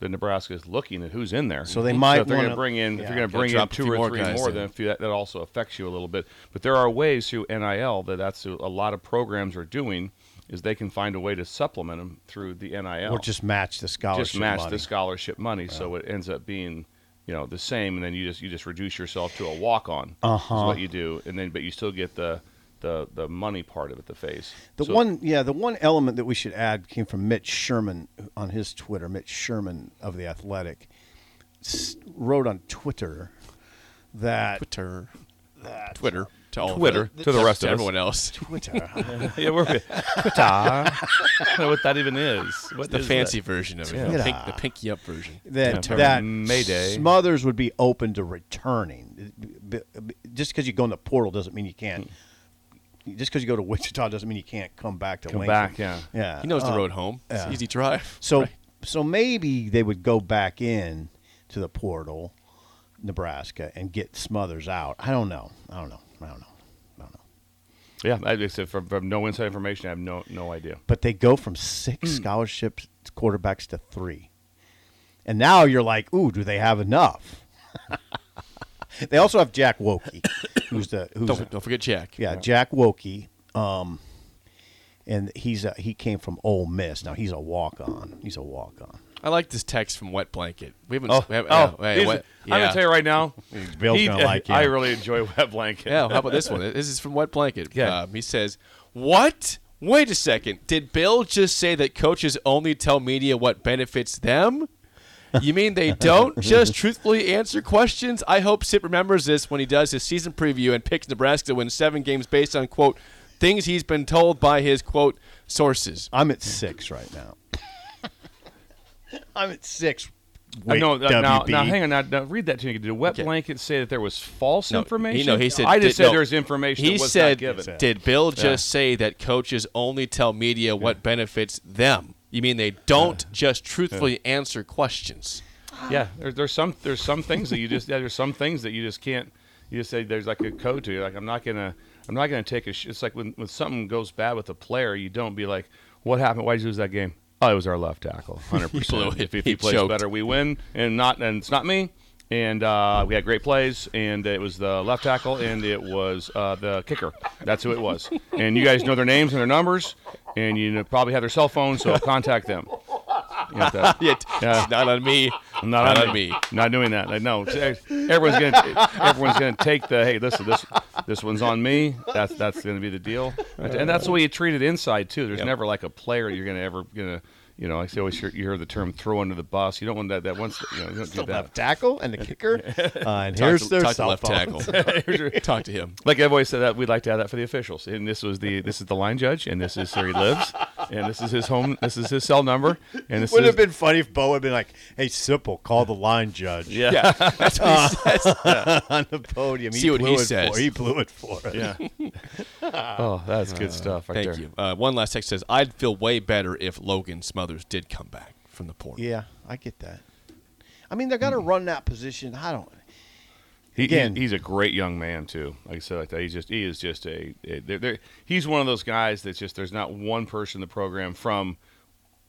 Speaker 3: that Nebraska is looking at who's in there.
Speaker 2: So they might
Speaker 3: if they're going to
Speaker 2: wanna-
Speaker 3: bring in if
Speaker 2: yeah.
Speaker 3: you're going to
Speaker 1: Gotta
Speaker 3: bring in
Speaker 1: drop a few
Speaker 3: two or
Speaker 1: more
Speaker 3: three
Speaker 1: guys
Speaker 3: more,
Speaker 1: in.
Speaker 3: then if you, that, that also affects you a little bit. But there are ways through NIL that that's a lot of programs are doing is they can find a way to supplement them through the NIL
Speaker 2: Or just match the scholarship.
Speaker 3: just match
Speaker 2: money.
Speaker 3: the scholarship money, so it ends up being, you know, the same, and then you just you just reduce yourself to a walk on.
Speaker 2: Uh-huh.
Speaker 3: Is what you do, and then but you still get the the the money part of it, the face.
Speaker 2: The
Speaker 3: So-
Speaker 2: one, yeah, the one element that we should add came from Mitch Sherman on his Twitter. Mitch Sherman of the Athletic s- wrote on Twitter that
Speaker 1: Twitter, Twitter to all of
Speaker 3: Twitter,
Speaker 1: it.
Speaker 3: to the rest
Speaker 1: to
Speaker 3: of us.
Speaker 1: everyone else.
Speaker 2: Twitter,
Speaker 3: yeah, we're, I don't know what that even is. What
Speaker 1: The
Speaker 3: is
Speaker 1: fancy
Speaker 3: that?
Speaker 1: version of it,
Speaker 2: Yeah.
Speaker 1: the, pink, the pinky up version.
Speaker 2: that
Speaker 3: Yeah.
Speaker 2: that
Speaker 3: Mayday.
Speaker 2: Smothers would be open to returning. B- b- b- Just because you go in the portal doesn't mean you can't. Just because you go to Wichita doesn't mean you can't come back to
Speaker 3: Come
Speaker 2: Lincoln.
Speaker 3: back, yeah.
Speaker 2: yeah.
Speaker 1: He knows the
Speaker 2: Uh,
Speaker 1: road home. It's
Speaker 2: yeah.
Speaker 1: an easy drive.
Speaker 2: So
Speaker 1: Right.
Speaker 2: so maybe they would go back in to the portal, Nebraska, and get Smothers out. I don't know. I don't know. I don't know. I don't know.
Speaker 3: Yeah, I just said from, from no inside information, I have no no idea.
Speaker 2: But they go from six
Speaker 1: Mm.
Speaker 2: scholarship quarterbacks to three, and now you're like, ooh, do they have enough? they also have Jack Wokey, who's the who's
Speaker 1: Don't, don't forget Jack.
Speaker 2: yeah, Jack Wokey. Um, and he's a, he came from Ole Miss. Now he's a walk on. He's a walk on.
Speaker 1: I like this text from Wet Blanket. We haven't.
Speaker 3: Oh,
Speaker 1: we haven't-
Speaker 3: oh,
Speaker 1: yeah,
Speaker 3: these-
Speaker 1: wait, what-
Speaker 3: I'm
Speaker 1: yeah.
Speaker 3: gonna tell you right now,
Speaker 2: Bill's
Speaker 3: he-
Speaker 2: gonna like you.
Speaker 3: I really enjoy Wet Blanket.
Speaker 1: Yeah, how about this one? This is from Wet Blanket.
Speaker 3: Yeah.
Speaker 1: Um, he says, "What? Wait a second. Did Bill just say that coaches only tell media what benefits them? You mean they don't just truthfully answer questions? I hope Sip remembers this when he does his season preview and picks Nebraska to win seven games based on, quote, things he's been told by his, quote, sources.
Speaker 2: I'm at six right now. I'm at six.
Speaker 3: I
Speaker 2: Wait,
Speaker 3: know. uh, now,
Speaker 2: WB.
Speaker 3: now, hang on. Now, now read that to me. Did Wet
Speaker 1: Okay.
Speaker 3: Blanket say that there was false
Speaker 1: No,
Speaker 3: information?
Speaker 1: He, no, he said.
Speaker 3: I
Speaker 1: did-
Speaker 3: just said
Speaker 1: no.
Speaker 3: there's information
Speaker 1: He
Speaker 3: that was
Speaker 1: said,
Speaker 3: not given.
Speaker 1: "Did Bill just say that coaches only tell media what benefits them? You mean they don't just truthfully answer questions?"
Speaker 3: Yeah, there, there's some there's some things that you just yeah, there's some things that you just can't. You just say there's like a code to it. Like I'm not gonna I'm not gonna take a. Sh-. It's like when when something goes bad with a player, you don't be like, what happened? Why did you lose that game? Oh, it was our left tackle. Hundred
Speaker 1: blew
Speaker 3: percent.
Speaker 1: it.
Speaker 3: If, if
Speaker 1: He
Speaker 3: he, plays
Speaker 1: choked.
Speaker 3: better, we win. And not and it's not me. And uh, we had great plays, and it was the left tackle, and it was uh, the kicker. That's who it was. And you guys know their names and their numbers, and you know, probably have their cell phones, so contact them. You know, that-
Speaker 1: Yeah, t-
Speaker 3: Yeah.
Speaker 1: it's not on me.
Speaker 3: not,
Speaker 1: Not
Speaker 3: on,
Speaker 1: on
Speaker 3: me.
Speaker 1: me.
Speaker 3: Not doing that. Like, no, everyone's gonna everyone's gonna take the hey. Listen, this this one's on me. That's that's gonna be the deal. And that's the way you treat it inside too. There's never like a player you're gonna ever gonna you know. I say always hear, you hear the term throw under the bus. You don't want that. That once you, know, you don't do that.
Speaker 5: left tackle and the kicker.
Speaker 2: Uh, and
Speaker 1: Talk
Speaker 2: here's
Speaker 1: to-
Speaker 2: their
Speaker 1: talk to
Speaker 2: cell
Speaker 1: left
Speaker 2: phone.
Speaker 1: tackle. talk to him.
Speaker 3: Like I've always said that we'd like to have that for the officials. And this was the this is the line judge, and this is where he lives, and this is his home. This is his cell number, and this
Speaker 5: Would
Speaker 3: is
Speaker 5: have been funny if Bo had been like, "Hey, Sipple, call the line judge
Speaker 3: yeah.
Speaker 1: That's
Speaker 3: Uh,
Speaker 1: what he says.
Speaker 5: on the podium." He
Speaker 1: See what
Speaker 5: blew
Speaker 1: he
Speaker 5: it
Speaker 1: says.
Speaker 5: For, he blew it for us.
Speaker 3: yeah. oh, that's good stuff right
Speaker 1: Thank
Speaker 3: there.
Speaker 1: you. Uh, one last text says, "I'd feel way better if Logan Smothers did come back from the portal."
Speaker 2: Yeah, I get that.
Speaker 5: I mean, they're gonna run that position. I don't.
Speaker 3: He,
Speaker 5: Again-
Speaker 3: he- he's a great young man too. Like I said, like that. He's just he is just a, a they're, they're, he's one of those guys that's just there's not one person in the program from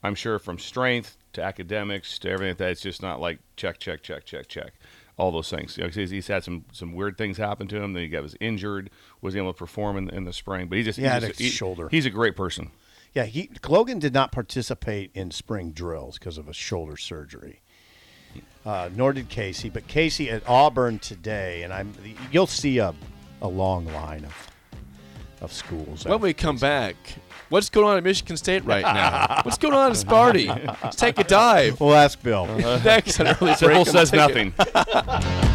Speaker 3: I'm sure from strength to academics to everything like that. It's just not like check check check check check all those things. You know, 'cause he's, he's had some some weird things happen to him. Then he got was injured, wasn't able to perform in, in the spring. But he just he
Speaker 2: Yeah, had
Speaker 3: just-
Speaker 2: a
Speaker 3: he-
Speaker 2: shoulder.
Speaker 3: He's a great person.
Speaker 2: Yeah, he Logan did not participate in spring drills because of a shoulder surgery. Uh, nor did Casey, but Casey at Auburn today, and I'm you'll see a, a long line of of schools.
Speaker 1: When we come back, what's going on at Michigan State right now? what's going on at Sparty? Let's take a dive.
Speaker 2: we'll ask Bill.
Speaker 1: Uh-huh. Next, on early break
Speaker 3: Simple
Speaker 1: on the
Speaker 3: says
Speaker 1: ticket.
Speaker 3: nothing.